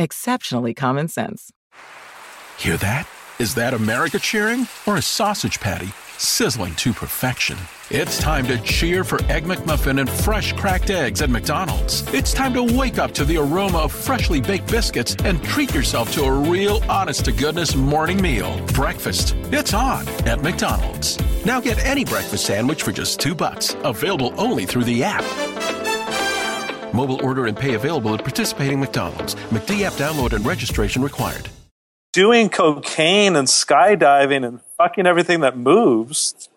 exceptionally common sense. Hear that? Is that America cheering or a sausage patty sizzling to perfection? It's time to cheer for Egg McMuffin and fresh cracked eggs at McDonald's. It's time to wake up to the aroma of freshly baked biscuits and treat yourself to a real honest to goodness morning meal. Breakfast, it's on at McDonald's. Now get any breakfast sandwich for just two bucks, available only through the app. Mobile order and pay available at participating McDonald's. McD app download and registration required. Doing cocaine and skydiving and fucking everything that moves.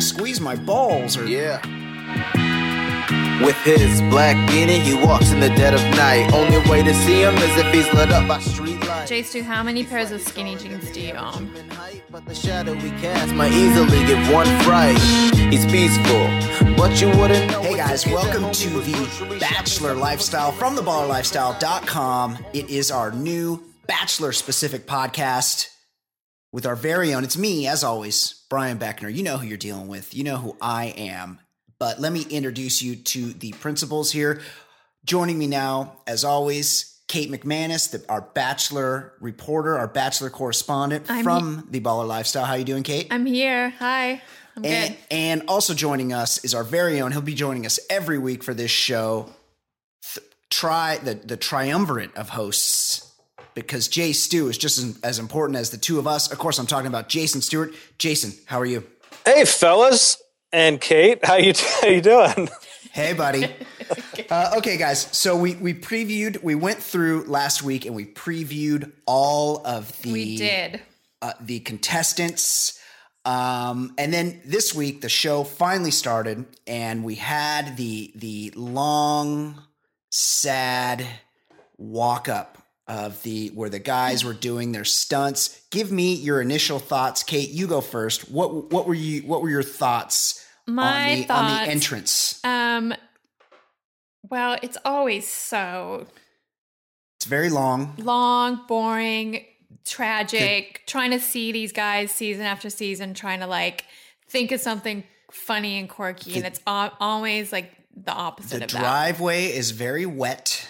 Squeeze my balls or Yeah. With his black beanie, he walks in the dead of night. Only way to see him is if he's lit up by street lights. Jay Stu, how many pairs of skinny jeans do you own? But the shadow we cast might easily give one fright. He's peaceful, but you wouldn't know. Hey it guys, if welcome homie to was the grocery Bachelor shopping. Lifestyle from theballerlifestyle.com. It is our new bachelor specific podcast with our very own. It's me, as always, Brian Beckner. You know who you're dealing with, you know who I am. But let me introduce you to the principals here. Joining me now, as always, Kate McManus, the, our bachelor reporter, our bachelor correspondent I'm- from the Baller Lifestyle. How you doing, Kate? I'm here. Hi. I'm And, good. and also joining us is our very own. He'll be joining us every week for this show. Th- try the the triumvirate of hosts because Jay Stu is just as, as important as the two of us. Of course, I'm talking about Jason Stewart. Jason, how are you? Hey, fellas and Kate, how you how you doing? Hey, buddy. uh, okay, guys. So we we previewed. We went through last week and we previewed all of the We did. uh, the contestants. Um, and then this week, the show finally started, and we had the the long, sad walk up of the where the guys were doing their stunts. Give me your initial thoughts, Kate. You go first. What what were you what were your thoughts My on the on thoughts. the entrance? Um. Well, it's always so It's very long. long, boring, tragic. Trying to see these guys season after season, trying to like think of something funny and quirky, and The- it's al- always like the opposite the of that. driveway is very wet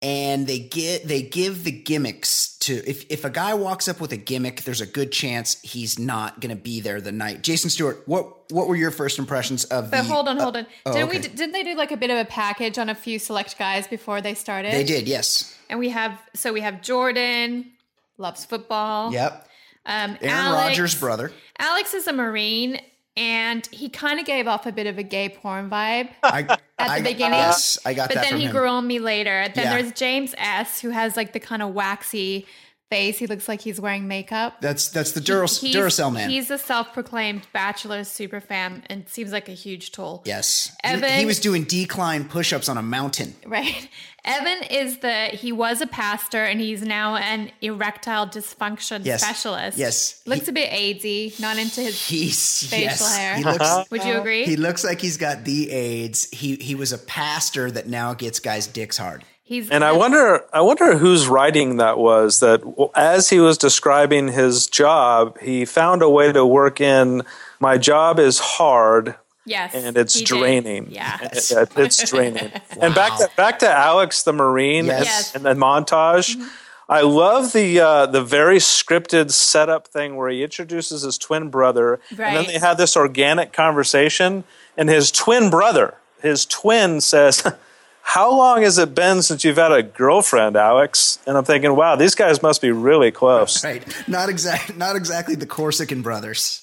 and they get they give the gimmicks to if if a guy walks up with a gimmick there's a good chance he's not going to be there the night jason stewart what what were your first impressions of the But hold on, uh, hold on. oh, didn't we? okay. Didn't they do like a bit of a package on a few select guys before they started? uh, they did yes And we have so we have Jordan loves football. yep Um, aaron Oh. Alex- rodgers brother Alex is a Marine, and he kind of gave off a bit of a gay porn vibe. I, at the beginning, yes i got But that then from he him. grew on me later. Then Yeah. there's James S, who has like the kind of waxy face. He looks like he's wearing makeup. that's that's the Duras- He's- duracell man He's a self-proclaimed bachelor superfan and seems like a huge tool. yes He- he, Evan- was doing decline push-ups on a mountain Right. Evan is the he was a pastor and he's now an erectile dysfunction Yes. specialist. Yes. Looks a bit AIDSy, not into his he's Facial yes hair. he looks Would you agree? He looks like he's got the AIDS. He he was a pastor that now gets guys' dicks hard. he's And I wonder I wonder whose writing that was that as he was describing his job, he found a way to work in my job is hard Yes. and it's he did. draining. uh, Yeah. Yeah, it's draining. And back to back to Alex the Marine Yes. and- Yes. Mm-hmm. and the montage. I love the uh, the very scripted setup thing where he introduces his twin brother, and then Right. they have this organic conversation. And his twin brother, his twin, says, "How long has it been since you've had a girlfriend, Alex?" And I'm thinking, "Wow, these guys must be really close." Right. Not exact. Not exactly the Corsican brothers.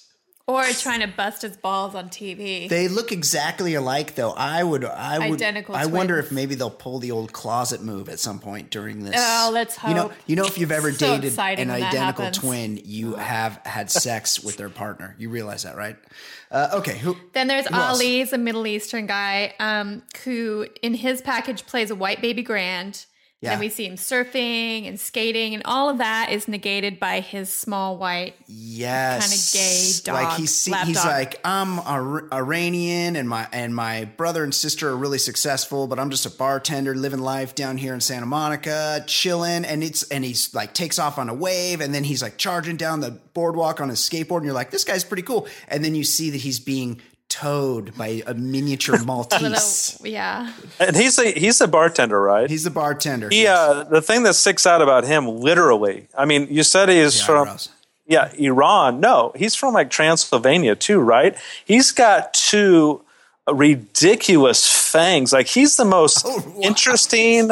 Or trying to bust his balls on TV. They look exactly alike, though. I would. I would. Identical I wonder twins. if maybe they'll pull the old closet move at some point during this. Oh, let's You know. hope. You know, if you've ever So dated exciting an when that identical happens. twin, you have had sex with their partner. You realize that, right? Uh, okay. Who? Then there's else? Ali, he's a Middle Eastern guy um, who, in his package, plays a white baby grand. Yeah. And then we see him surfing and skating, and all of that is negated by his small white. Yes, kinda gay Like dog, he's lap he's dog. like I'm Ar- Iranian, and my and my brother and sister are really successful, but I'm just a bartender living life down here in Santa Monica, chilling. And it's and he's like takes off on a wave, and then he's like charging down the boardwalk on his skateboard, and you're like, this guy's pretty cool. And then you see that he's being towed by a miniature Maltese. Little, yeah. And he's a he's a bartender, right? he's the bartender. he, Yes. uh, the thing that sticks out about him, literally. I mean, you said he's The from eyebrows. yeah, Iran. No, he's from like Transylvania too, right? He's got two ridiculous fangs. Like he's the most Oh, interesting,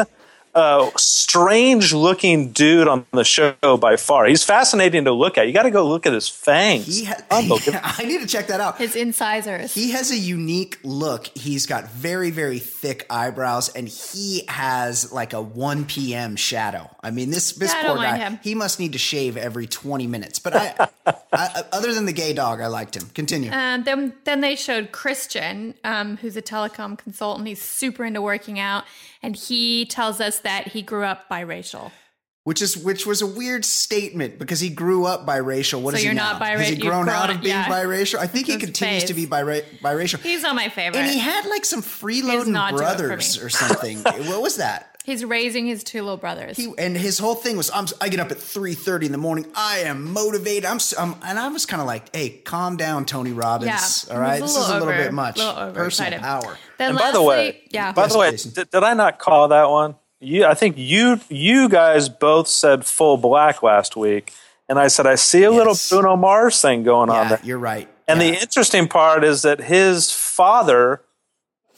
uh, strange looking dude on the show by far. He's fascinating to look at. You got to go look at his fangs. He ha- Unbelievable. I need to check that out. His incisors. He has a unique look. He's got very, very thick eyebrows, and he has like a 1 p.m. shadow. I mean, this this Yeah, I poor don't mind guy. him. He must need to shave every 20 minutes. But I, I- I, other than the gay dog, I liked him. Continue. Um, then then they showed Christian, um, who's a telecom consultant. He's super into working out, and he tells us that he grew up biracial. which is which was a weird statement because he grew up biracial. What So is you're he not now? bira- Has he you've grown, grown- out of being yeah. biracial? I think he His continues to face. be bira- biracial. He's not my favorite. and he had like some freeloading not doing it for brothers me. or something. what was that? He's raising his two little brothers. He and his whole thing was, I'm, I get up at three thirty in the morning. I am motivated. I'm, s- um, and I was kind of like, hey, calm down, Tony Robbins. Yeah, all it was right, a this little is a little over- bit much. little overexcited. Personal power. then And by the way, lastly- yeah, by the way, Jason. did, did I not call that one? You, I think you you guys both said full black last week, and I said I see a Yes. little Bruno Mars thing going on Yeah, there. you're right. And Yeah. the interesting part is that his father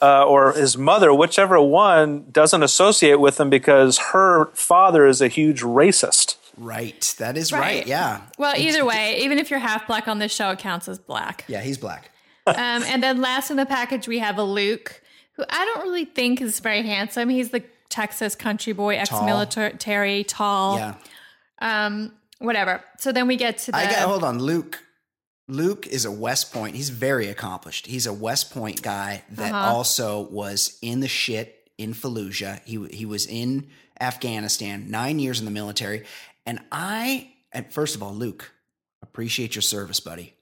uh, or his mother, whichever one, doesn't associate with him because her father is a huge racist. right, that is right. Yeah, Well, either way, even if you're half black on this show, it counts as black. yeah, he's black. Um, and then last in the package, we have a Luke, who I don't really think is very handsome. He's the Texas country boy, ex-military, tall, Yeah, um, whatever. So then we get to the. I got. Hold on, Luke. Luke is a West Point. He's very accomplished. He's a West Point guy that Uh-huh. also was in the shit in Fallujah. He w- he was in Afghanistan, nine years in the military. And I, and first of all, Luke, appreciate your service, buddy.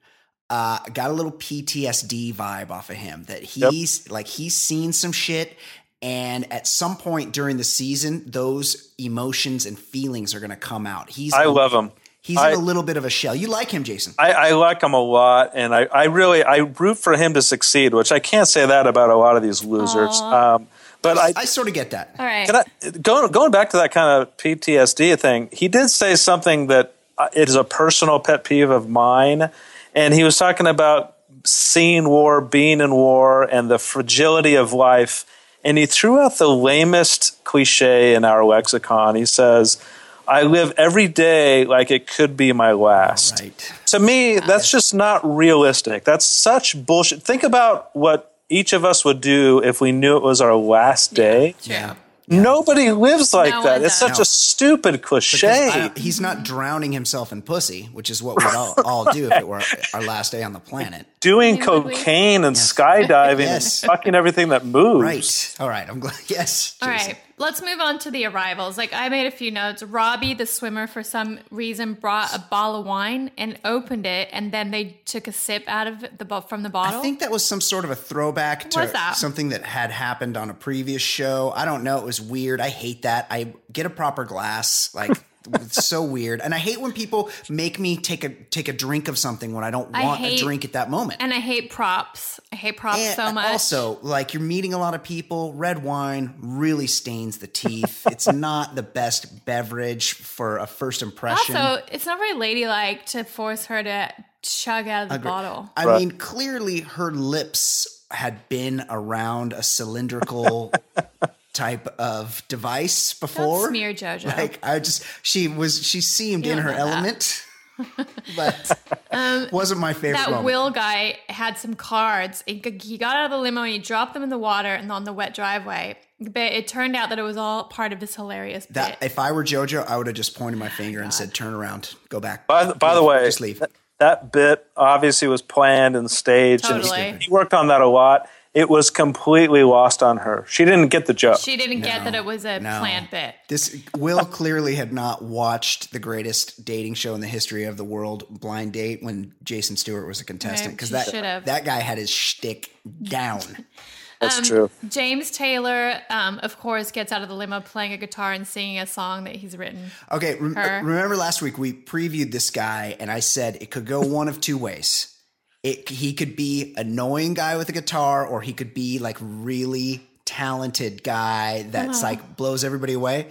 Uh, got a little PTSD vibe off of him that he's like he's seen some shit. And at some point during the season, those emotions and feelings are going to come out. He's I love him. He's I- in a little bit of a shell. You like him, Jason. I, I like him a lot, and I, I really I root for him to succeed, which I can't say that about a lot of these losers. Um, but I, I, sort of get that. All right. Can I, going, going back to that kind of PTSD thing, he did say something that uh, it is a personal pet peeve of mine. And he was talking about seeing war, being in war, and the fragility of life. And he threw out the lamest cliche in our lexicon. He says, I live every day like it could be my last. Right. To me, that's just not realistic. That's such bullshit. Think about what each of us would do if we knew it was our last day. Yeah. Nobody lives like No that. one It's does. such a stupid cliche. I- he's not drowning himself in pussy, which is what we'd all, all do if it were our last day on the planet. Doing Nobody would. cocaine and skydiving Yes. and fucking everything that moves. Right. All right. I'm glad. Yes. All Jason. right, let's move on to the arrivals. Like I made a few notes. Robbie, the swimmer, for some reason brought a bottle of wine and opened it, and then they took a sip out of the bo- from the bottle. I think that was some sort of a throwback to was that? something that had happened on a previous show. I don't know. It was weird. I hate that. I get a proper glass. Like It's so weird, and I hate when people make me take a take a drink of something when I don't I want hate- a drink at that moment. And I hate props. I hate props And so much. Also, like you're meeting a lot of people, red wine really stains the teeth. it's not the best beverage for a first impression. also, it's not very ladylike to force her to chug out of the bottle. I Right. mean, clearly her lips had been around a cylindrical type of device Don't before. smear JoJo. Like I just she was she seemed You in don't her know that. Um, element. but wasn't my favorite that moment. Will guy had some cards. He g- he got out of the limo and he dropped them in the water and on the wet driveway. But it turned out that it was all part of this hilarious bit. that if I were JoJo, I would have just pointed Ah, my finger and said, "Turn around, go back." By the, by the Leave. way, just leave. That, that bit obviously was planned and staged. Totally. And he worked on that a lot. It was completely lost on her. She didn't get the joke. she didn't get that it was a no. planned bit. This Will clearly had not watched the greatest dating show in the history of the world, Blind Date, when Jason Stewart was a contestant Right, because she that should have. that guy had his shtick down. That's true. James Taylor, um, of course, gets out of the limo playing a guitar and singing a song that he's written. Okay, rem- Her. remember last week we previewed this guy, and I said it could go one of two ways. It he could be annoying guy with a guitar, or he could be like really talented guy that's like blows everybody away.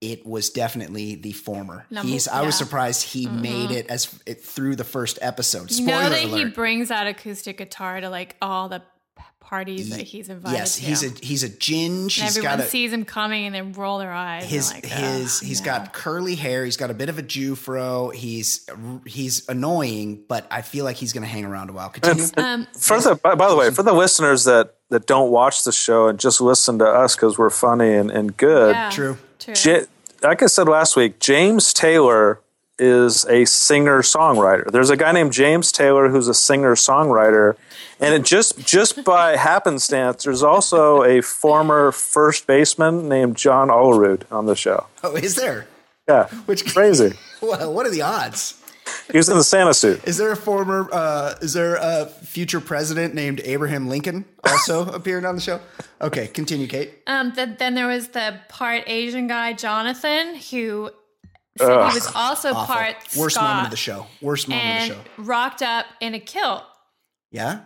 It was definitely the former. Number- He's. I was yeah. surprised he made it as it through the first episode. You Spoiler know that alert. he brings out acoustic guitar to like all the p- parties that he's invited yes, to. he's a he's a ginge. and He's everyone got a, sees him coming and they roll their eyes. and his like, his "Ugh, he's no." got curly hair. He's got a bit of a Jew fro. He's he's annoying, but I feel like he's going to hang around a while. Continue. Um, For the, by, by the way, for the listeners that, that don't watch the show and just listen to us because we're funny and, and good, yeah, True. True. Ja- like I said last week, James Taylor is a singer songwriter. There's a guy named James Taylor who's a singer songwriter, and it just just by happenstance, there's also a former first baseman named John Olerud on the show. Oh, is there? Yeah, Which- crazy. Well, what are the odds? He was in the Santa suit. Is there a former? Uh, is there a future president named Abraham Lincoln also appearing on the show? Okay, continue, Kate. Um, th- then there was the part Asian guy, Jonathan, who said he was also Awful. part Worst Scot moment of the show. Worst moment and of the show. rocked up in a kilt. Yeah.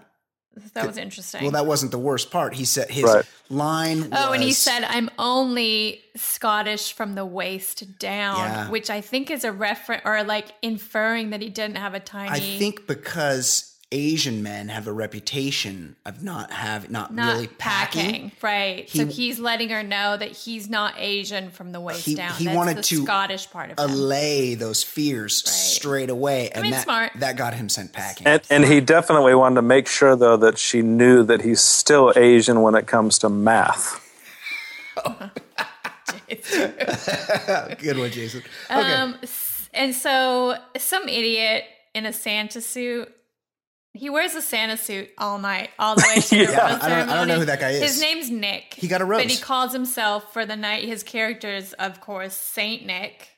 That was interesting. Well, that wasn't the worst part. He said his Right. line. oh, and he was- said, "I'm only Scottish from the waist down," Yeah. which I think is a reference or like inferring that he didn't have a tiny. I think because Asian men have a reputation of not have not, not really packing, packing. right? He- so he's letting her know that he's not Asian from the waist He- down. he That's wanted the to Scottish part of him. Allay those fears straight away, and mean, that smart. that got him sent packing. And, and he definitely wanted to make sure, though, that she knew that he's still Asian when it comes to math. Good one, Jason. Okay, Um, s- and so some idiot in a Santa suit. He wears a Santa suit all night, all the way to the Yeah, rose I don't- I don't know ceremony. who that guy is. His name's Nick. He got a but he rose. calls himself for the night. His character is, of course, Saint Nick.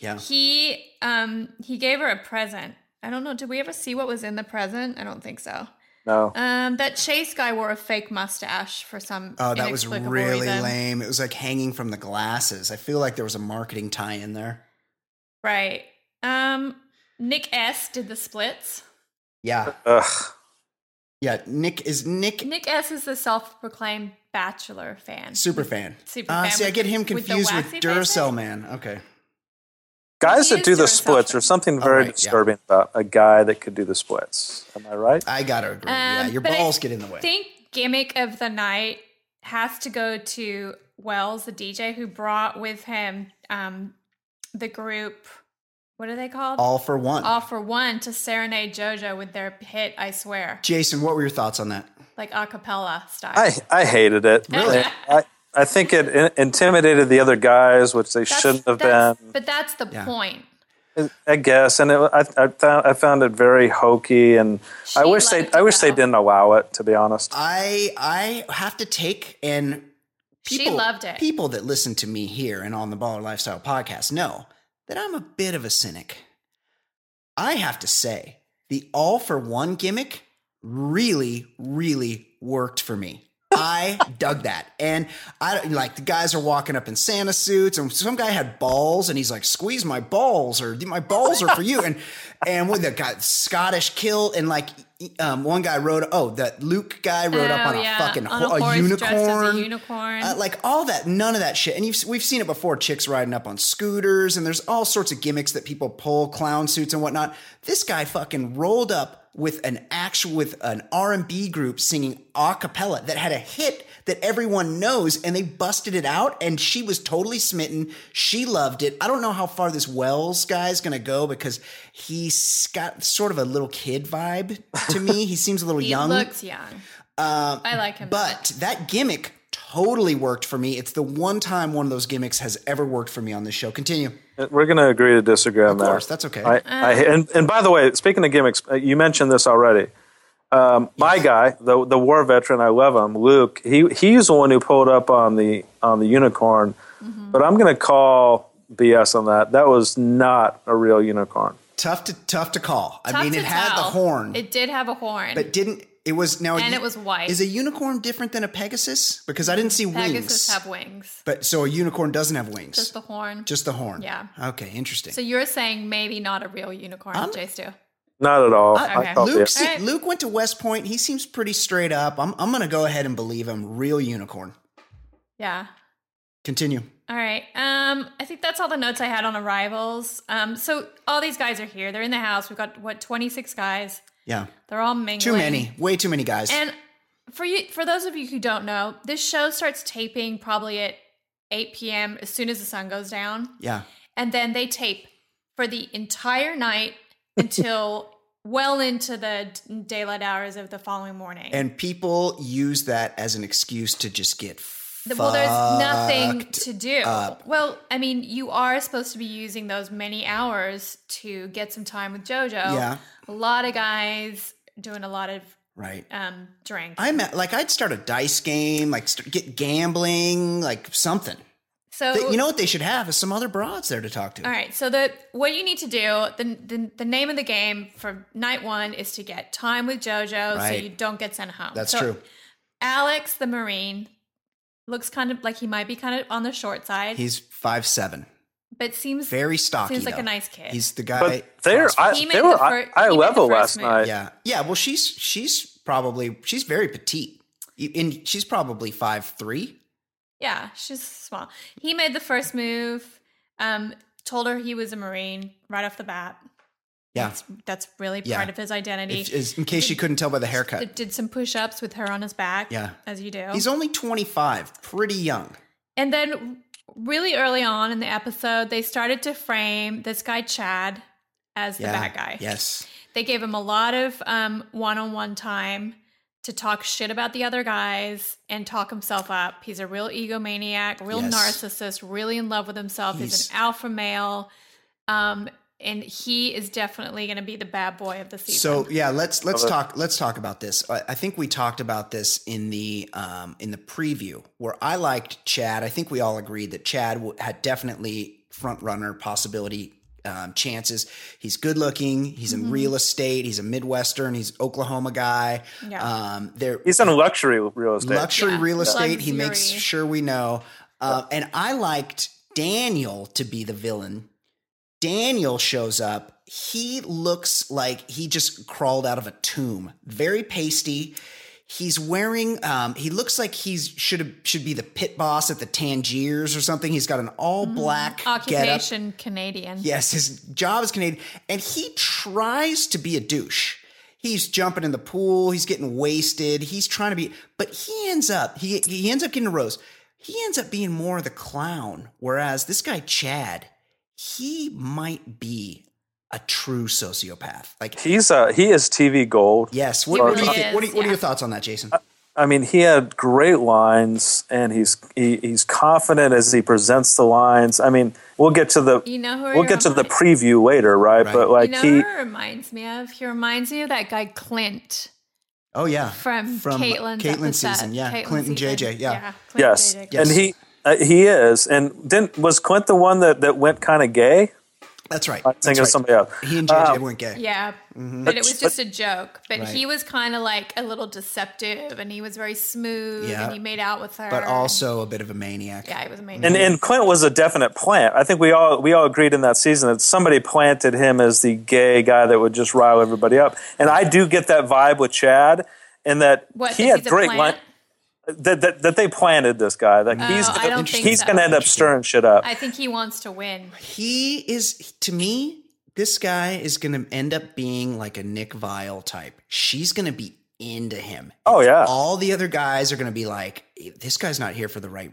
yeah. He um he gave her a present. I don't know. Did we ever see what was in the present? I don't think so. No. Um, that Chase guy wore a fake mustache for some. Oh, that was inexplicable really reason. lame. It was like hanging from the glasses. I feel like there was a marketing tie in there. Right. Um, Nick S did the splits. Yeah, Ugh. yeah. Nick is Nick, Nick S is the self-proclaimed Bachelor fan. super fan. Super uh, fan see, I with- get him with the confused with, waxy faces? Duracell Man. Okay, Guys He that is do the doing splits are something very right, yeah. disturbing about a guy that could do the splits. Am I right? I gotta agree. yeah, Um, your but I balls get in the way. think gimmick of the night has to go to Wells, the DJ, who brought with him um, the group. What are they called? All for one. All for one to serenade JoJo with their hit "I Swear," Jason, what were your thoughts on that? like a cappella style. I, I hated it. Really? I, I think it in- intimidated the other guys, which they shouldn't have that's- been. But that's the Yeah. point. I guess, and it, I, I found I found it very hokey, and I She wish they liked I wish they that. didn't allow it. To be honest, I I have to take and She people, loved it. People that listen to me here and on the Baller Lifestyle podcast know that I'm a bit of a cynic. I have to say, the all for one gimmick really, really worked for me. I dug that. And I like the guys are walking up in Santa suits, and some guy had balls, and he's like, "Squeeze my balls," or "My balls are for you." And and with the guy Scottish kilt, and like um, one guy rode, oh, that Luke guy rode up Oh, on a yeah, fucking on a ho- horse dressed as a unicorn, unicorn. Uh, like all that, none of that shit. And you've, we've seen it before, chicks riding up on scooters, and there's all sorts of gimmicks that people pull, clown suits and whatnot. This guy fucking rolled up with an actual with an R&B group singing a cappella that had a hit that everyone knows and they busted it out and she was totally smitten she loved it i don't know how far this wells guy's going to go because he's got sort of a little kid vibe to me he seems a little He young Um, looks young. I like him. but that gimmick totally worked for me. It's the one time one of those gimmicks has ever worked for me on this show. Continue. We're going to agree to disagree on Of that. course, that's okay. Uh. I, I, and, and by the way, speaking of gimmicks, uh, you mentioned this already. Um, my guy, the the war veteran, I love him, Luke. He he's the one who pulled up on the on the unicorn, Mm-hmm. but I'm going to call BS on that. That was not a real unicorn. tough to tough to call. Tough I mean, to it had the tell. horn, It did have a horn. but didn't. It was now, a And u- it was white. Is a unicorn different than a Pegasus? Because I didn't see wings. Pegasus have wings. but so a unicorn doesn't have wings. Just the horn. Just the horn. Yeah. Okay. Interesting. so you're saying maybe not a real unicorn, I'm- Jay Stu. Not at all. I- Oh, I call Luke, BS. se- Alright. Luke went to West Point. He seems pretty straight up. I'm, I'm going to go ahead and believe him. Real unicorn. Yeah. Continue. All right. Um, I think that's all the notes I had on arrivals. Um, so all these guys are here. They're in the house. We've got what twenty six guys. Yeah. They're all mingling. Too many. Way too many guys. And for you, for those of you who don't know, this show starts taping probably at eight p.m. as soon as the sun goes down, yeah. and then they tape for the entire night until well into the d- daylight hours of the following morning. And people use that as an excuse to just get The- fucked. well, there's nothing to do. Well, I mean, you are supposed to be using those many hours to get some time with JoJo. Yeah. A lot of guys doing a lot of right. um drinks. I'm at, like I'd start a dice game, like st- get gambling, like something. so They- you know what they should have is some other broads there to talk to. All right. So the what you need to do, the the, the name of the game for night one is to get time with JoJo so Right. you don't get sent home. That's So true. Alex the Marine looks kind of like he might be kind of on the short side, He's five seven, but seems very stocky. Seems like though. a nice kid. He's the guy. But they're I, He made they the were fir- I, he made the level last first move. night. yeah, yeah. Well, she's she's probably she's very petite, You- and she's probably five three. Yeah, she's small. He made the first move. Um, told her he was a marine right off the bat. Yeah, That's, that's really Yeah. part of his identity. If- is- in case you couldn't tell by the haircut, Did- Did some push-ups with her on his back. Yeah. as you do. he's only twenty five, pretty young. and then, really early on in the episode, they started to frame this guy Chad as the yeah, bad guy. Yes. They gave him a lot of um, one-on-one time to talk shit about the other guys and talk himself up. He's a real egomaniac, real Yes. narcissist, really in love with himself. He's, He's- an alpha male. Um, and he is definitely going to be the bad boy of the season. So yeah, let's let's talk let's talk about this. I, I think we talked about this in the um, in the preview where I liked Chad. I think we all agreed that Chad w- had definitely front runner possibility um, chances. He's good looking. He's Mm-hmm. in real estate. He's a Midwestern. He's Oklahoma guy. Yeah. Um, there He's in luxury real estate. luxury Yeah. real estate. He makes Luxury. sure we know. Uh, and I liked Daniel to be the villain. Daniel shows up. He looks like he just crawled out of a tomb. Very pasty. He's wearing. Um, he looks like he's should have should be the pit boss at the Tangiers or something. He's got an all black getup. Mm-hmm. Occupation Canadian. Yes, his job is Canadian, and he tries to be a douche. He's jumping in the pool. He's getting wasted. He's trying to be, but he ends up he he ends up getting a rose. He ends up being more of the clown, whereas this guy Chad, he might be a true sociopath. Like, He's uh, he is TV gold. yes. What, He what do you really think? What, are, is, what are your yeah. thoughts on that, Jason? I mean, he had great lines, and he's he, he's confident as he presents the lines. I mean, we'll get to the You know who we'll he get to the reminds- preview later, right? Right. But You like know he, who he reminds me of? He reminds me of that guy Clint Oh yeah, from, Caitlin's Caitlin episode. season, yeah, Caitlyn's Clinton season. JJ, yeah. Clint yes, JJ. Yes. and he uh, he is, and didn't was Clint the one that that went kind of gay? That's right. I think That's it was right. somebody else. Uh, He and JJ weren't gay. Yeah. But it was just a joke. But Mm-hmm. Right. he was kind of like a little deceptive and he was very smooth Yeah. and he made out with her. But also a bit of a maniac. Yeah, he was amazing. And and Clint was a definite plant. I think we all we all agreed in that season that somebody planted him as the gay guy that would just rile everybody up. And I do get that vibe with Chad, and that what, he that had he's a great line plant? Oh, that, that that they planted this guy. That he's I gonna, don't think he's so. going to end up stirring shit up. I think he wants to win. He is to me, this guy is gonna end up being like a Nick Vile type. She's gonna be into him. oh yeah, All the other guys are gonna be like, this guy's not here for the right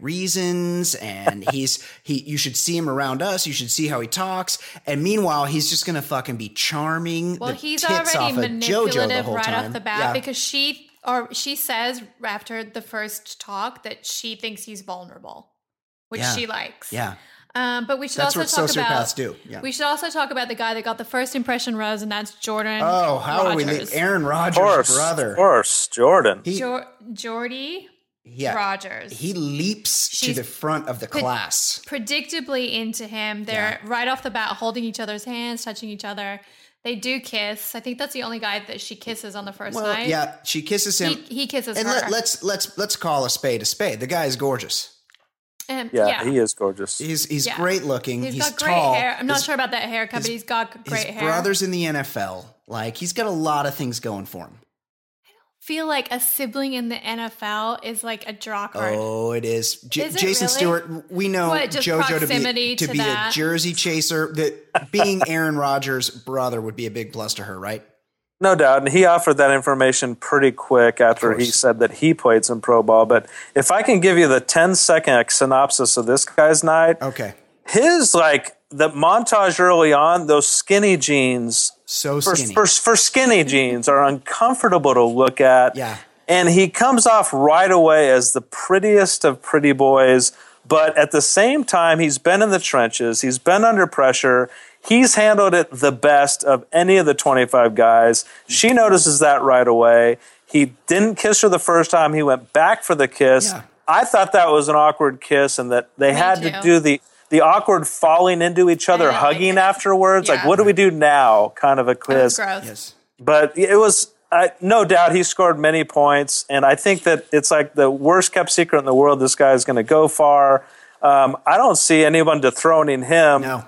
reasons, and he's he you should see him around us, you should see how he talks. And meanwhile, he's just gonna fucking be charming. Well, the he's tits already off of JoJo the manipulative whole right time. off the bat Yeah. because she or she says after the first talk that she thinks he's vulnerable, which Yeah. she likes. Yeah. Um, but we should That's also what talk about sociopaths do. Yeah. we should also talk about the guy that got the first impression rose, and that's Jordan. Oh, how are we? li- Rogers. Aaron Rodgers' of course, brother. of course, Jordan. He- Jo- Jordy yeah. Rogers. He leaps She's to the front of the put- class. predictably into him. They're right off the bat holding each other's hands, touching each other. They do kiss. I think that's the only guy that she kisses on the first Well, night. yeah, she kisses He, him. he kisses and her. let, let's let's let's call a spade a spade. The guy is gorgeous. Um, yeah, he is gorgeous. He's he's Yeah. great looking. He's, got great tall. hair. I'm not His- sure about that haircut, but he's got great his hair. brother's in the NFL. Like he's got a lot of things going for him. feel like a sibling in the NFL is like a draw card. Oh, it is. J- Is it Jason really? Stewart. We know What, just JoJo to be proximity to, to be a that? jersey chaser. That being Aaron Rodgers' brother would be a big plus to her, right? No doubt, and he offered that information pretty quick after he said that he played some pro ball. But if I can give you the 10 second synopsis of this guy's night, Okay, his like the montage early on, those skinny jeans so for, skinny. for, for skinny jeans are uncomfortable to look at. Yeah. And he comes off right away as the prettiest of pretty boys, but at the same time, he's been in the trenches, he's been under pressure. He's handled it the best of any of the 25 guys. She notices that right away. He didn't kiss her the first time. He went back for the kiss. Yeah. I thought that was an awkward kiss and that they had to too. do the the awkward falling into each other, didn't like hugging it. afterwards. Like, Yeah. what do we do now? Kind of a That was quiz. gross. yes. But it was I, no doubt he scored many points, and I think that it's like the worst kept secret in the world. This guy is going to go far. Um, I don't see anyone dethroning him. No.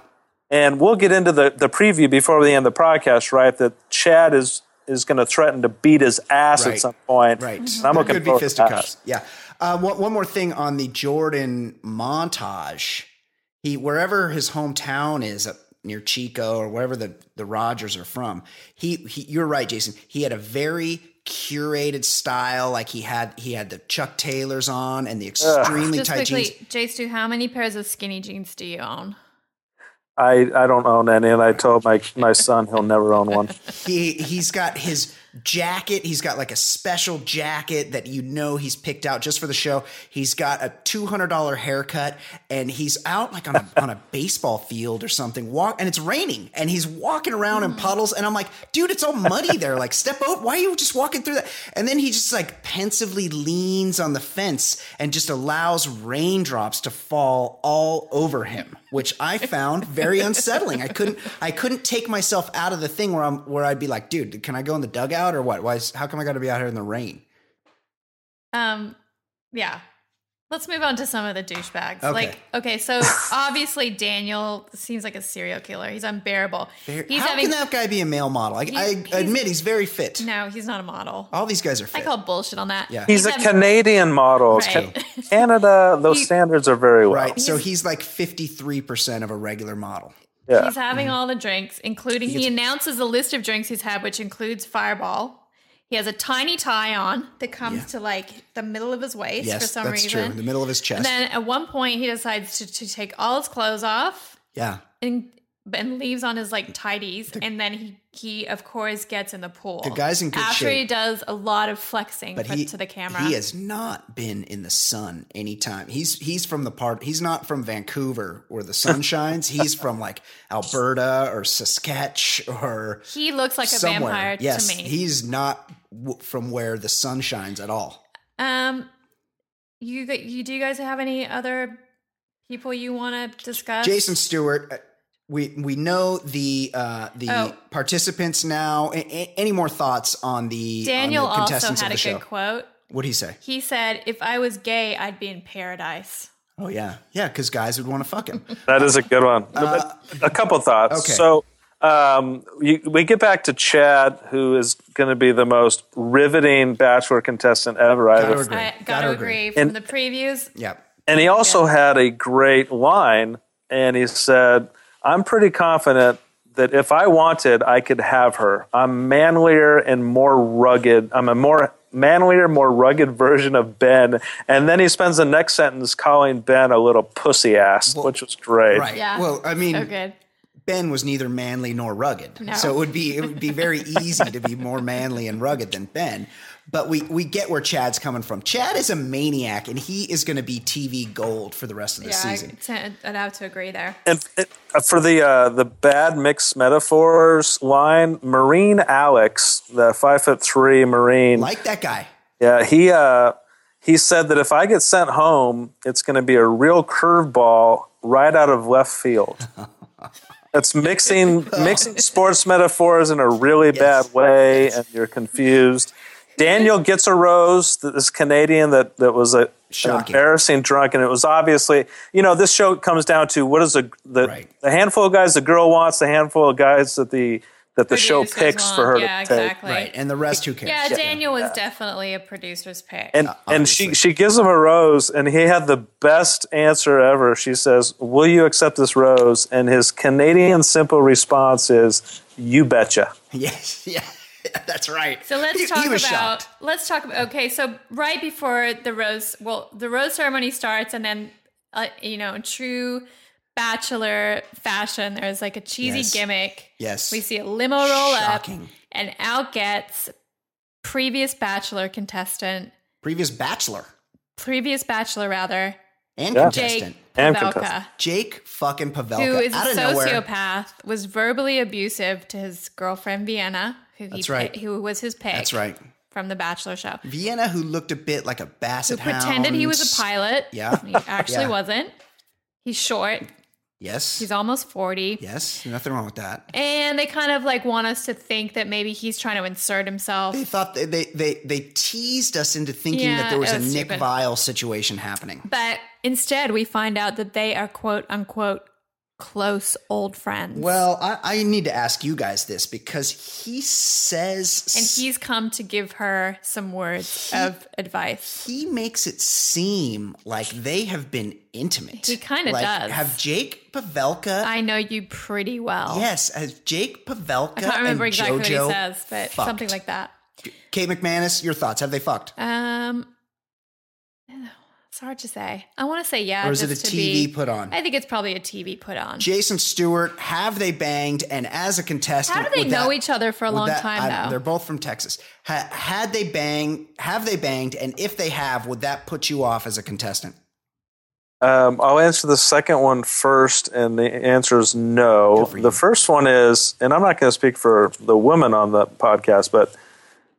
And we'll get into the, the preview before we end the podcast, right? That Chad is is going to threaten to beat his ass Right. at some point. Right. And I'm There looking could forward be to that. fisticuffs. Yeah. Uh, one, one more thing on the Jordan montage. He wherever his hometown is up near Chico or wherever the the Rogers are from. He, he you're right, Jason. He had a very curated style. Like he had he had the Chuck Taylors on and the extremely Just tight quickly, jeans. Jace, do how many pairs of skinny jeans do you own? I, I don't own any, and I told my, my son he'll never own one. he he's got his jacket. He's got like a special jacket that you know he's picked out just for the show. He's got a two hundred dollar haircut, and he's out like on a on a baseball field or something. Walk and it's raining, and he's walking around in puddles. And I'm like, dude, it's all muddy there. Like, step out. Why are you just walking through that? And then he just like pensively leans on the fence and just allows raindrops to fall all over him, which I found very unsettling. I couldn't I couldn't take myself out of the thing where I'm where I'd be like, dude, can I go in the dugout or what? Why is, how come I got to be out here in the rain? Um, yeah. Let's move on to some of the douchebags. Okay. Like, okay, so obviously Daniel seems like a serial killer. He's unbearable. he's how having can that guy be a male model? Like, I He's- admit he's very fit. no. He's not a model. All these guys are I fit. call bullshit on that. Oh, Yeah. He's a having- Canadian model. Right. Ca- Canada, those He- standards are very well. right. so he's like 53% of a regular model. Yeah. He's having all the drinks, including he, announces a list of drinks he's had, which includes Fireball. He has a tiny tie on that comes to like the middle of his waist Yes, for some that's reason. true. In the middle of his chest. and then at one point, he decides to, to take all his clothes off yeah. and and leaves on his like tidies, and then he he of course gets in the pool. The guy's in good after he shape. does a lot of flexing but for- he to the camera. He has not been in the sun anytime. He's he's from the part. He's not from Vancouver where the sun shines. he's from like Alberta or Saskatchewan or He looks like a somewhere. vampire yes, to me. he's not w- from where the sun shines at all. Um, you g- you do you guys have any other people you want to discuss? Jason Stewart. uh, we we know the uh, the Oh. participants now. A- a- any more thoughts on the on the Daniel also contestants had a of the good show? quote. What'd he say? He said, "If I was gay, I'd be in paradise." Oh yeah, yeah, because guys would want to fuck him. That is a good one. But a couple thoughts. Uh, okay. So um, you, we get back to Chad, who is going to be the most riveting Bachelor contestant ever. I Gotta would- agree. I gotta, agree. From the previews, Yeah, and he also had a great line, and he said, "I'm pretty confident." That if I wanted, I could have her. I'm manlier and more rugged. I'm a more manlier, more rugged version of Ben. And then he spends the next sentence calling Ben a little pussy ass, which was great. right. Yeah. Well, I mean, so good. Ben was neither manly nor rugged. So it would be it would be very easy to be more manly and rugged than Ben. But we we get where Chad's coming from. Chad is a maniac and he is going to be TV gold for the rest of the Yeah, I- season. t- I'd have to agree there. And it, for the uh, the bad mixed metaphors line, Marine Alex, the five foot three Marine, like that guy. yeah, he uh, he said that if I get sent home, it's going to be a real curveball right out of left field. That's mixing mixing sports metaphors in a really bad way, and you're confused. Daniel gets a rose. This Canadian that that was a an Shocking. embarrassing drunk, and it was obviously you know this show comes down to what is the the, Right. the handful of guys the girl wants, the handful of guys that the that the show Producers picks for her want- Yeah, to take. exactly. Right. And the rest who cares? Yeah, Daniel was definitely a producer's pick. And and she she gives him a rose, and he had the best answer ever. She says, "Will you accept this rose?" And his Canadian simple response is, "You betcha." Yes. Yeah. That's right. So let's He- he talk about was shocked. let's talk about okay. So right before the rose, well, the rose ceremony starts, and then uh, you know, in true bachelor fashion, there's like a cheesy Yes. gimmick. Yes. we see a limo roll Shocking. up, and out gets previous bachelor contestant, previous bachelor previous bachelor rather, and Jake contestant And Pavelka, contestant. Jake fucking Pavelka who is a out of sociopath, nowhere. was verbally abusive to his girlfriend Vienna, who he That's right. pi- who was his pick. That's right. From the Bachelor show. Vienna, who looked a bit like a who basset hound, pretended he was a pilot. Yeah. He actually Yeah. wasn't. He's short. Yes. He's almost 40. yes. Nothing wrong with that. And they kind of like want us to think that maybe he's trying to insert himself. They thought they they they, they teased us into thinking Yeah, that there was it a was Nick stupid. Vile situation happening. But instead, we find out that they are quote unquote close old friends. Well, I, I need to ask you guys this because he says and he's come to give her some words of advice. he makes it seem like they have been intimate. He kinda Like, does. Have Jake Pavelka? I know you pretty well. yes, has Jake Pavelka? I can't remember and exactly what he JoJo says, but fucked? something like that. Kate McManus, your thoughts? Have they fucked? Um, it's hard to say. I want to say yeah. Or is it just a to be- TV put on? I think it's probably a TV put on. Jason Stewart, have they banged? And as a contestant, How do they would know that- each other for a would long that- time I- though? They're both from Texas. Ha, had they bang, have they banged? And if they have, would that put you off as a contestant? Um, I'll answer the second one first, and the answer is no. The first one is, and I'm not going to speak for the women on the podcast, but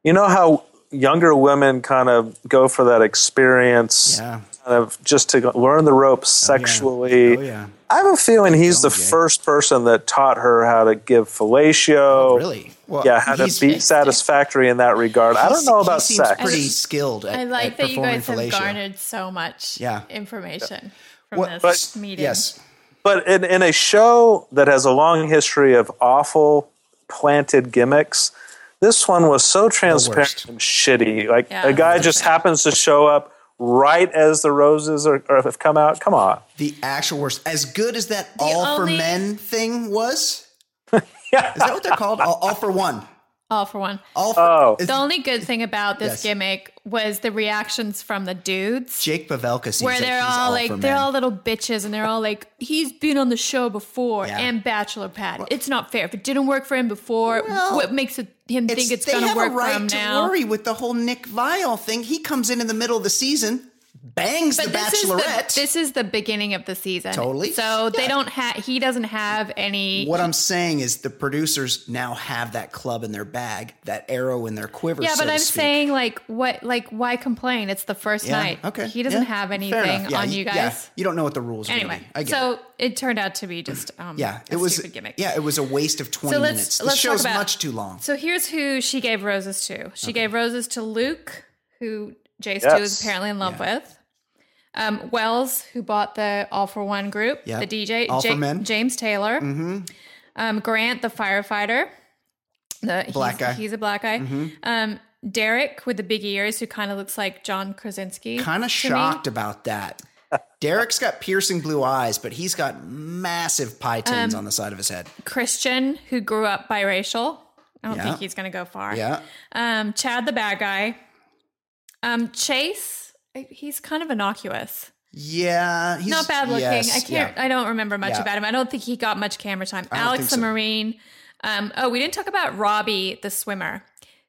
you know how younger women kind of go for that experience, Yeah. kind of just to learn the ropes sexually. Oh, yeah. I have a feeling he's the first person that taught her how to give fellatio. Oh, really? Well, yeah, how to he's- be satisfactory in that regard. I don't He's- know he about seems sex. Pretty skilled. At, I at like that you performing guys have fellatio. garnered so much Yeah. information from What- this but- meeting. Yes. But in, in a show that has a long history of awful planted gimmicks, this one was so transparent worst. and shitty. Like Yeah. a guy just happens to show up right as the roses are, are have come out. Come on. The actual worst. As good as that all only- for men thing was. Is that what they're called? All, all for one. All for one. All for Oh. it's- The only good thing about this Yes. gimmick was the reactions from the dudes. Jake Pavelka seems Where like they're he's all all like, for they're men. all little bitches, and they're all like, he's been on the show before Yeah. and Bachelor Pad. it's not fair. If it didn't work for him before, what makes it, him think it's they going have work a for right him to now? worry with the whole Nick Vile thing. He comes in in the middle of the season. bangs the this is Bachelorette. the, this is the beginning of the season. Totally. So they don't have. He doesn't have any. what I'm saying is the producers now have that club in their bag, that arrow in their quiver. yeah, so but to I'm speak. saying like what? Like why complain? It's the first Yeah, night. Okay. He doesn't yeah, have fair anything enough. Yeah, on y- you yeah, guys. you don't know what the rules are. gonna Anyway, be. I get so it. it turned out to be just um, Yeah, a it was. stupid gimmick. Yeah, it was a waste of 20 So let's minutes. The let's show's talk about, much too long. So here's who she gave roses to. She gave roses to Luke, who Jay Stu is Yes. apparently in love with. Um, Wells, who bought the All for One group, Yeah. the DJ, All for Ja- Men. Mm-hmm. James Taylor, um, Grant, the firefighter, the Black he's, guy. Mm-hmm. He's a black guy. Um, Derek with the big ears, who kind of looks like John Krasinski. kind to me. of shocked about that. Derek's got piercing blue eyes, but he's got massive pie Um, tins on the side of his head. Christian, who grew up biracial. I don't Yeah. think he's going to go far. Yeah. Um, Chad the bad guy. Um, Chase, he's kind of innocuous. Yeah. He's Not bad looking. yes, I can't. yeah. I don't remember much Yeah. about him. I don't think he got much camera time. don't Alex think the so. Marine. Um, oh, we didn't talk about Robbie the swimmer.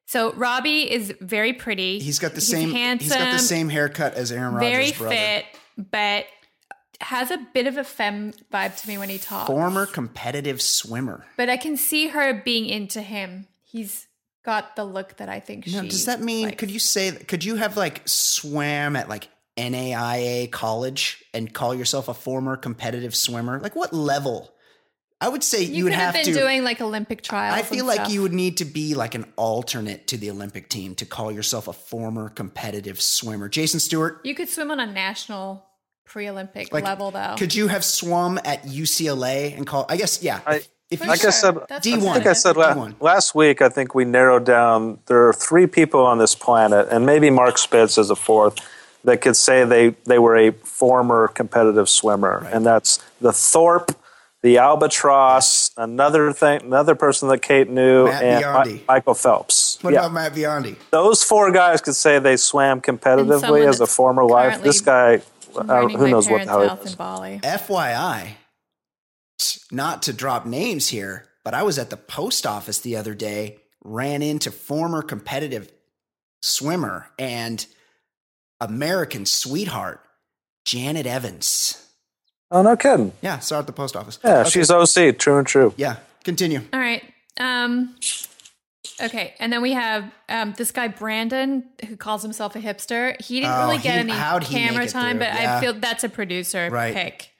So Robbie is very pretty. he's got the He's same Handsome, he's got the same haircut as Aaron Rodgers' Very brother. fit, but has a bit of a femme vibe to me when he talks. Former competitive swimmer. But I can see her being into him. He's got the look that I think Now, she. does that mean likes. could you say could you have like swam at like NAIA college and call yourself a former competitive swimmer? Like what level? I would say You, would could have, have, been to doing like Olympic trials. I and feel like stuff. you would need to be like an alternate to the Olympic team to call yourself a former competitive swimmer. Jason Stewart, You could swim on a national pre-Olympic like level, though. Could you have swum at UCLA and call? I guess yeah. I- if, if For you Like I sure. said, That's D1. I think I possible. said Come la- on. last week, I think we narrowed down there are three people on this planet, and maybe Mark Spitz is a fourth, that could say they, they were a former competitive swimmer. And that's the Thorpe, the Albatross, another thing, another person that Kate knew, Matt and Mi- Biondi. Michael Phelps. what Yeah. about Matt Biondi? Those four guys could say they swam And someone competitively as a that's former wife. This guy, uh, Burning who my knows what parents' the hell house he is. in Bali. FYI, t- not to drop names here, but I was at the post office the other day, ran into former competitive swimmer and American sweetheart Janet Evans. Oh, no kidding. Yeah, saw her at the post office. Yeah, Okay. she's OC, true and true. yeah. Continue. All right. Um, okay, and then we have um, this guy Brandon who calls himself a hipster. He didn't Oh, really he- get how'd any he make camera it time, through? but Yeah. I feel that's a producer Right. pick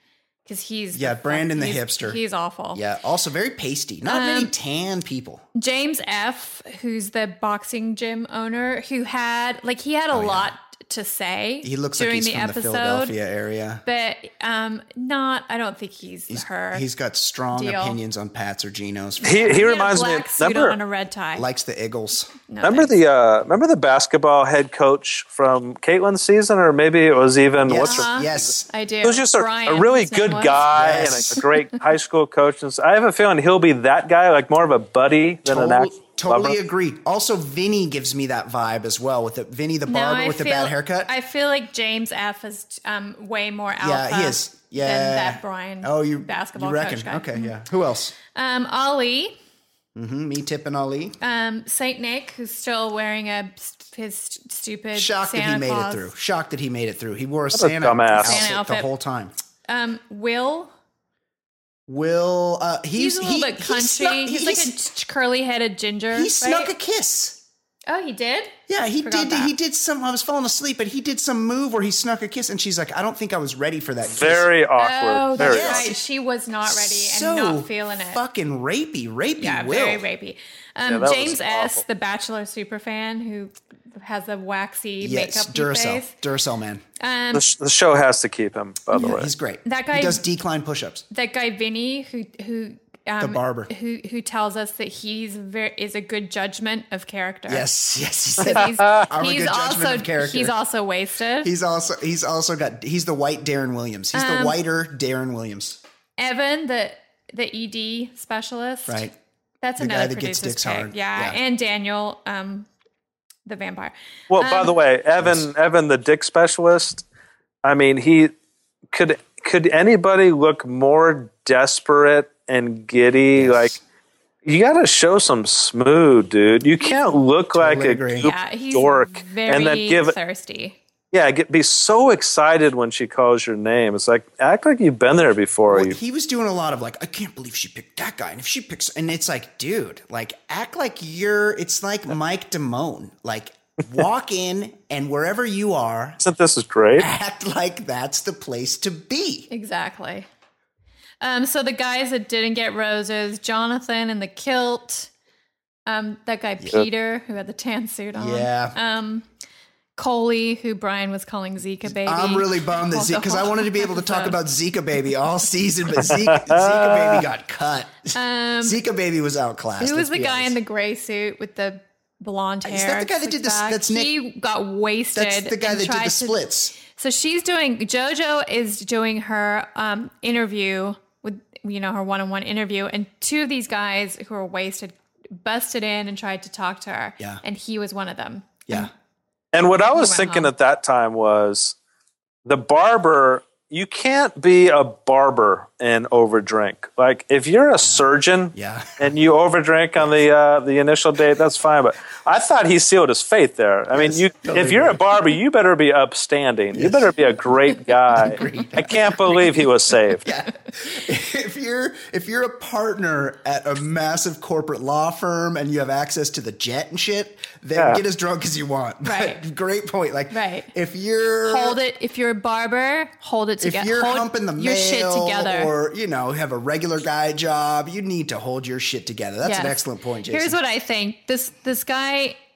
because he's Yeah, Brandon the he's- hipster. He's awful. Yeah, also very pasty. Not Um, many tan people. James F, who's the boxing gym owner, who had like he had a lot to say. Oh, He looks during like he's the from episode, the Philadelphia area. but um, not. I don't think he's, her. He's got strong Deal. opinions on Pats or Genos. He, he, He had a reminds me black of suit remember, on a red tie. likes the Eagles. No, remember thanks. the uh, remember the basketball head coach from Caitlin's season, or maybe it was even what's her, Uh-huh. yes. I do. it was just a, Brian, a really his name good was. guy Yes. and a, a great high school coach. And so I have a feeling he'll be that guy, like more of a buddy than an Totally, actual totally lover. agree. Also, Vinny gives me that vibe as well with the Vinny the barber I with the feel- bad haircut. I feel like James F is um, way more alpha. yeah, he is. Yeah. than that Brian. Oh, you basketball You reckon? coach guy. Okay. Yeah. Mm-hmm. Who else? Um, Ollie, hmm Me, Tip, and Ali. um, Saint Nick, who's still wearing a st- his st- stupid Shocked Santa that he made Claus. it through. Shocked that he made it through. He wore a a Santa, dumbass. outfit Santa the outfit. whole time. Um, Will, Will uh, he's, he's, a little he- bit he country. snuck- he's, he- like a t- curly-headed ginger. He right? snuck a kiss. oh, he did. Yeah, he Forgot did. that. He did some. I was falling asleep, but he did some move where he snuck a kiss, and she's like, "I don't think I was ready for that." kiss." Very awkward. Oh, very that's Yes. awkward. right. She was not ready so and not feeling it. Fucking rapey, rapey. yeah, Will. very rapey. Um, that was James S, awful. the Bachelor superfan who has a waxy Yes, makeup Duracell, face. Duracell man. The, sh- the show has to keep him, by the way. He's great. Uh, That guy- he does decline push-ups. That guy Vinny who who um, The barber. who who tells us that he's very is a good judgment of character. Yes, yes. He said, Because he's, I'm a he's good judgment also of character. he's also wasted. He's also he's also got he's the white Darren Williams. He's Um, the whiter Darren Williams. Evan the the ED specialist. Right. That's The guy another that gets producer's dicks pick. hard. Yeah. Yeah. and Daniel um the vampire. Well, by Um, the way, Evan, Evan, the dick specialist. I mean, he could could anybody look more desperate and giddy? Like, you got to show some smooth, dude. You can't look like a agree. goop Yeah, he's dork very and then give thirsty. Yeah, get, be so excited when she calls your name. It's like act like you've been there before. Well, you, he was doing a lot of like, I can't believe she picked that guy, and if she picks, and it's like, dude, like act like you're. It's like Mike Damone, like walk in and wherever you are, isn't this is great? act like that's the place to be. Exactly. Um, so the guys that didn't get roses, Jonathan in the kilt, um, that guy Peter who had the tan suit on, Yeah. um, Coley who Brian was calling Zika baby. I'm really bummed that Well, Zika because the I whole wanted to be able to talk episode. about Zika baby all season, but Zika, Zika baby got cut. Um, Zika baby was outclassed. Who let's was the be guy in honest. the gray suit with the blonde hair? Is that the guy that did the- six-pack? that's He got wasted. That's the guy and that did tried the to- splits. so she's doing JoJo is doing her um, interview with you know her one-on-one interview, and two of these guys who are wasted busted in and tried to talk to her. Yeah. and he was one of them. Yeah. And what I was Wow. thinking at that time was the barber, you can't be a barber and overdrink. Like if you're a surgeon Yeah. and you overdrink on the uh, the initial date, that's fine. But I thought he sealed his fate there. I mean, you if you're a barber, you better be upstanding. You better be a great guy. I can't believe he was saved. if you're if you're a partner at a massive corporate law firm and you have access to the jet and shit, then Yeah. get as drunk as you want. But Right. great point. Like Right. if you're Hold it if you're a barber, hold it if together. you're hold humping the your mail shit together. or you know have a regular guy job, you need to hold your shit together. That's an Yes. excellent point, Jason. Here's what I think. This this guy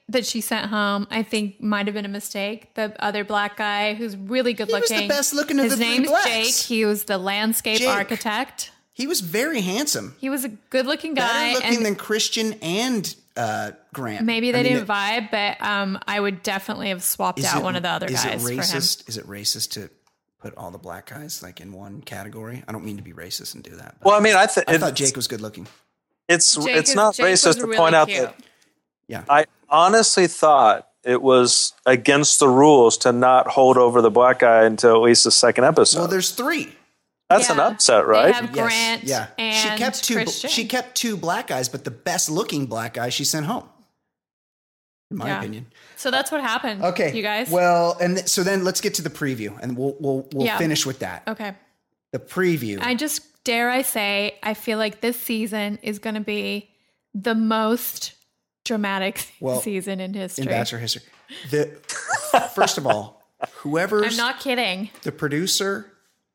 that she sent home, I think might have been a mistake. The other black guy who's really good was the looking. best looking of His the three name's blacks. Jake. He was the landscape Jake. architect. he was very handsome, He was a good looking guy. better looking and than Christian and uh, Grant. maybe they I mean, didn't vibe, but um I would definitely have swapped is out it- one of the other is guys It for him. racist? Is it racist to put all the black guys like in one category? I don't mean to be racist and do that. But Well, I mean, I, th- I thought Jake was good looking. It's Jake it's is- not Jake was racist to really point out cute. that I honestly thought it was against the rules to not hold over the black guy until at least the second episode. Well, there's three. That's an Yeah. upset, They right? have Yes. Grant yeah. and she kept two. Christian. She kept two black guys, but the best looking black guy she sent home. In my Yeah. opinion. so that's what happened. Okay. You guys. Well, and th- so then let's get to the preview, and we'll we'll we'll Yeah. finish with that. okay. The preview. I just dare I say, I feel like this season is going to be the most dramatic Well, season in history. in Bachelor history. The first of all, I'm whoever's not kidding. the producer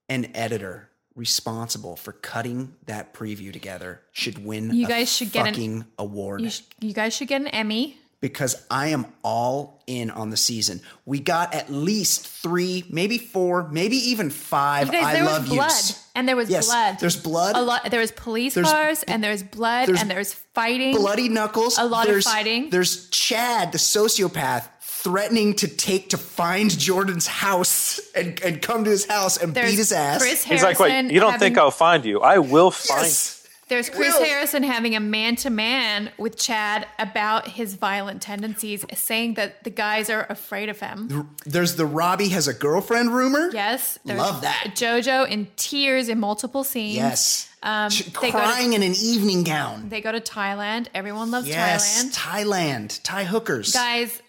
and editor responsible for cutting that preview together should win. You a guys should get an- fucking award You, sh- you guys should get an Emmy. because I am all in on the season. We got at least three, maybe four, maybe even five. You guys, I there love was blood, yous. and there was Yes, blood. there's blood. A lot. There was police There's- cars, and there's blood, there's and there's fighting. bloody knuckles. A lot of there's, fighting. There's Chad, the sociopath, threatening to take to find Jordan's house and, and come to his house and There's beat his ass. Chris He's Harrison. like, wait, you don't having- think I'll find you? I will find Yes. There's Chris Will. Harrison having a man to man with Chad about his violent tendencies, saying that the guys are afraid of him. There's the Robbie has a girlfriend rumor. Yes. there's Love that. JoJo in tears in multiple scenes. Yes. Um, Ch- they, go crying to, in an evening gown. they go to Thailand. Everyone loves yes. Thailand. Thailand. Thai hookers. Guys,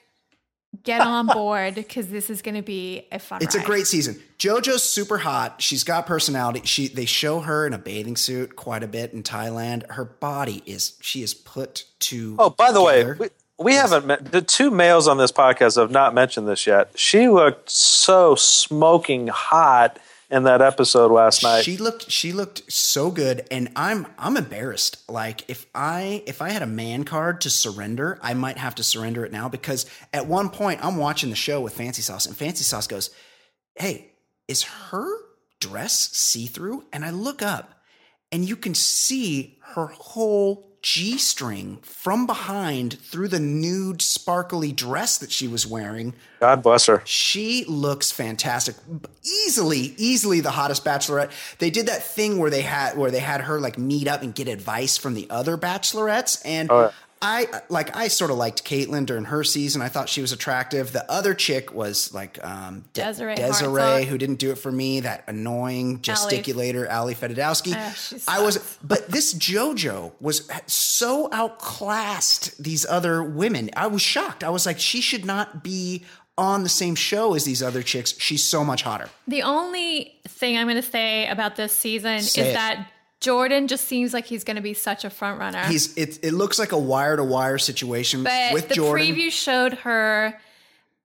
get on board because this is going to be a fun It's a ride. great season. JoJo's super hot. She's got personality. She they show her in a bathing suit quite a bit in Thailand. Her body is she is put to Oh, by the way, together. we, we haven't met the two males on this podcast have not mentioned this yet. She looked so smoking hot in that episode last night. She looked she looked so good and I'm I'm embarrassed. Like if I if I had a man card to surrender, I might have to surrender it now because at one point I'm watching the show with Fancy Sauce and Fancy Sauce goes, "Hey, is her dress see-through?" And I look up and you can see her whole G-string from behind through the nude sparkly dress that she was wearing. God bless her. She looks fantastic. Easily, easily the hottest bachelorette. They did that thing where they had where they had her like meet up and get advice from the other bachelorettes and I like I sort of liked Caitlyn during her season. I thought she was attractive. The other chick was like um, De- Desiree Desiree, Hartzog. who didn't do it for me. That annoying gesticulator, Ali Fedotowsky. Ah, she I was, but this JoJo was so outclassed these other women. I was shocked. I was like, she should not be on the same show as these other chicks. She's so much hotter. The only thing I'm going to say about this season Say is it. that Jordan just seems like he's going to be such a front runner. He's it. It looks like a wire to wire situation Ah. but with the Jordan. preview showed her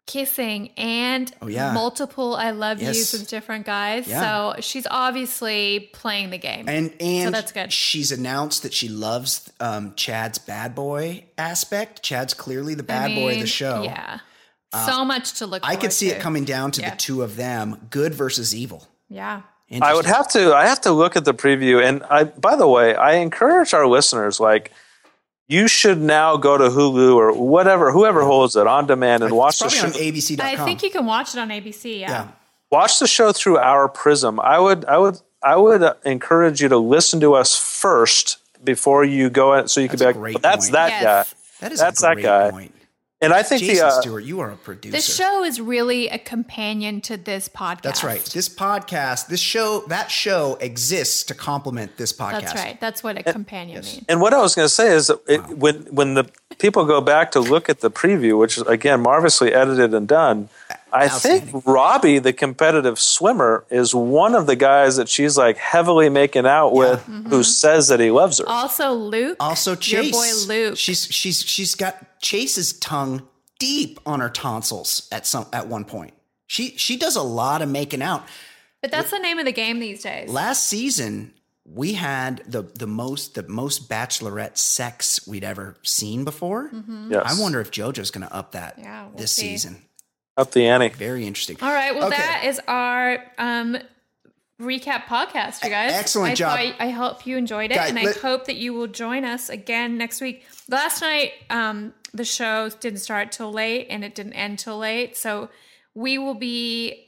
kissing and Oh, yeah. multiple I love Yes. yous with different guys. Yeah. So she's obviously playing the game. and and So that's good. She's announced that she loves um, Chad's bad boy aspect. Chad's clearly the bad boy of mean, the show. Uh, Yeah. so much to look I could forward see it to. coming down to Yeah. the two of them, good versus evil. Yeah. I would Interesting. have to. I have to look at the preview. And I, by the way, I encourage our listeners like. You should now go to Hulu or whatever, whoever holds it on demand, and It's watch the probably show. on ABC.com. I think you can watch it on ABC. Yeah. yeah. watch the show through our prism. I would, I would, I would uh, encourage you to listen to us first before you go in, so you That's can a be like, great "Well, "That's point. that Yes. guy." That is That's a that great guy. point. And I think the Jason uh, Stewart, you are a producer. The show is really a companion to this podcast. That's right. This podcast, this show, that show exists to complement this podcast. Uh, That's right. That's what a companion means. and what I was going to say is that it, when when the people go back to look at the preview, which is again marvelously edited and done. I think Robbie, the competitive swimmer, is one of the guys that she's like heavily making out with, who says that he loves her. Also, Luke. Also, Chase. Your boy Luke. She's she's she's got Chase's tongue deep on her tonsils at some at one point. She she does a lot of making out. but that's the name of the game these days. Last season, we had the the most the most bachelorette sex we'd ever seen before. yes. I wonder if JoJo's going to up that Mm-hmm. Yeah, we'll this see. season. up the ante. Very interesting. All right. Well, Okay. that is our um, recap podcast, you guys. E-, excellent I job. thought- I hope you enjoyed it, Guys, and I let- hope that you will join us again next week. Last night, um, the show didn't start till late, and it didn't end till late. So we will be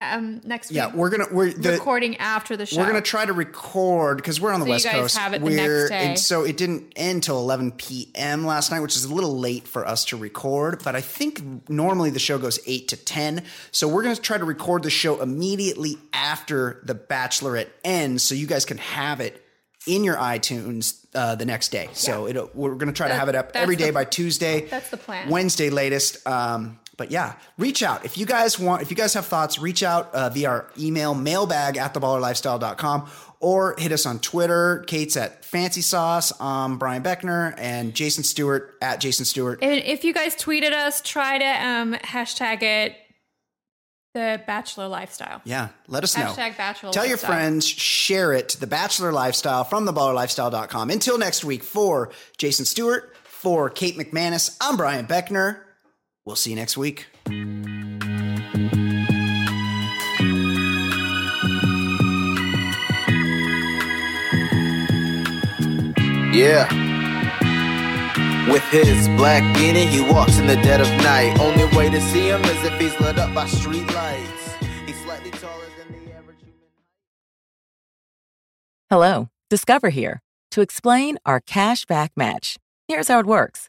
um, next week. Yeah, we're gonna we're the, recording after the show. We're gonna try to record because we're on the So you West guys Coast. have it the we're, next day. And so it didn't end till 11 p.m. last night, which is a little late for us to record. But I think normally the show goes eight to 10. So we're gonna try to record the show immediately after the Bachelorette ends, so you guys can have it in your iTunes uh, the next day. So it'll, we're gonna try to have it up that's every day the- by Tuesday. that's the plan. Wednesday latest. Um, but yeah, reach out. If you guys want, if you guys have thoughts, reach out uh, via our email, mailbag at theballerlifestyle.com or hit us on Twitter. Kate's at Fancy Sauce. Um, Brian Beckner and Jason Stewart at Jason Stewart. And if you guys tweeted us, try to um, hashtag it the Bachelor Lifestyle. yeah, let us know. Hashtag Bachelor Tell your Lifestyle. friends, share it, The Bachelor Lifestyle from theballerlifestyle.com. Until next week, for Jason Stewart, for Kate McManus, I'm Brian Beckner. We'll see you next week. Yeah. With his black beanie, he walks in the dead of night. Only way to see him is if he's lit up by street lights. He's slightly taller than the average human. Hello, Discover here to explain our cash back match. Here's how it works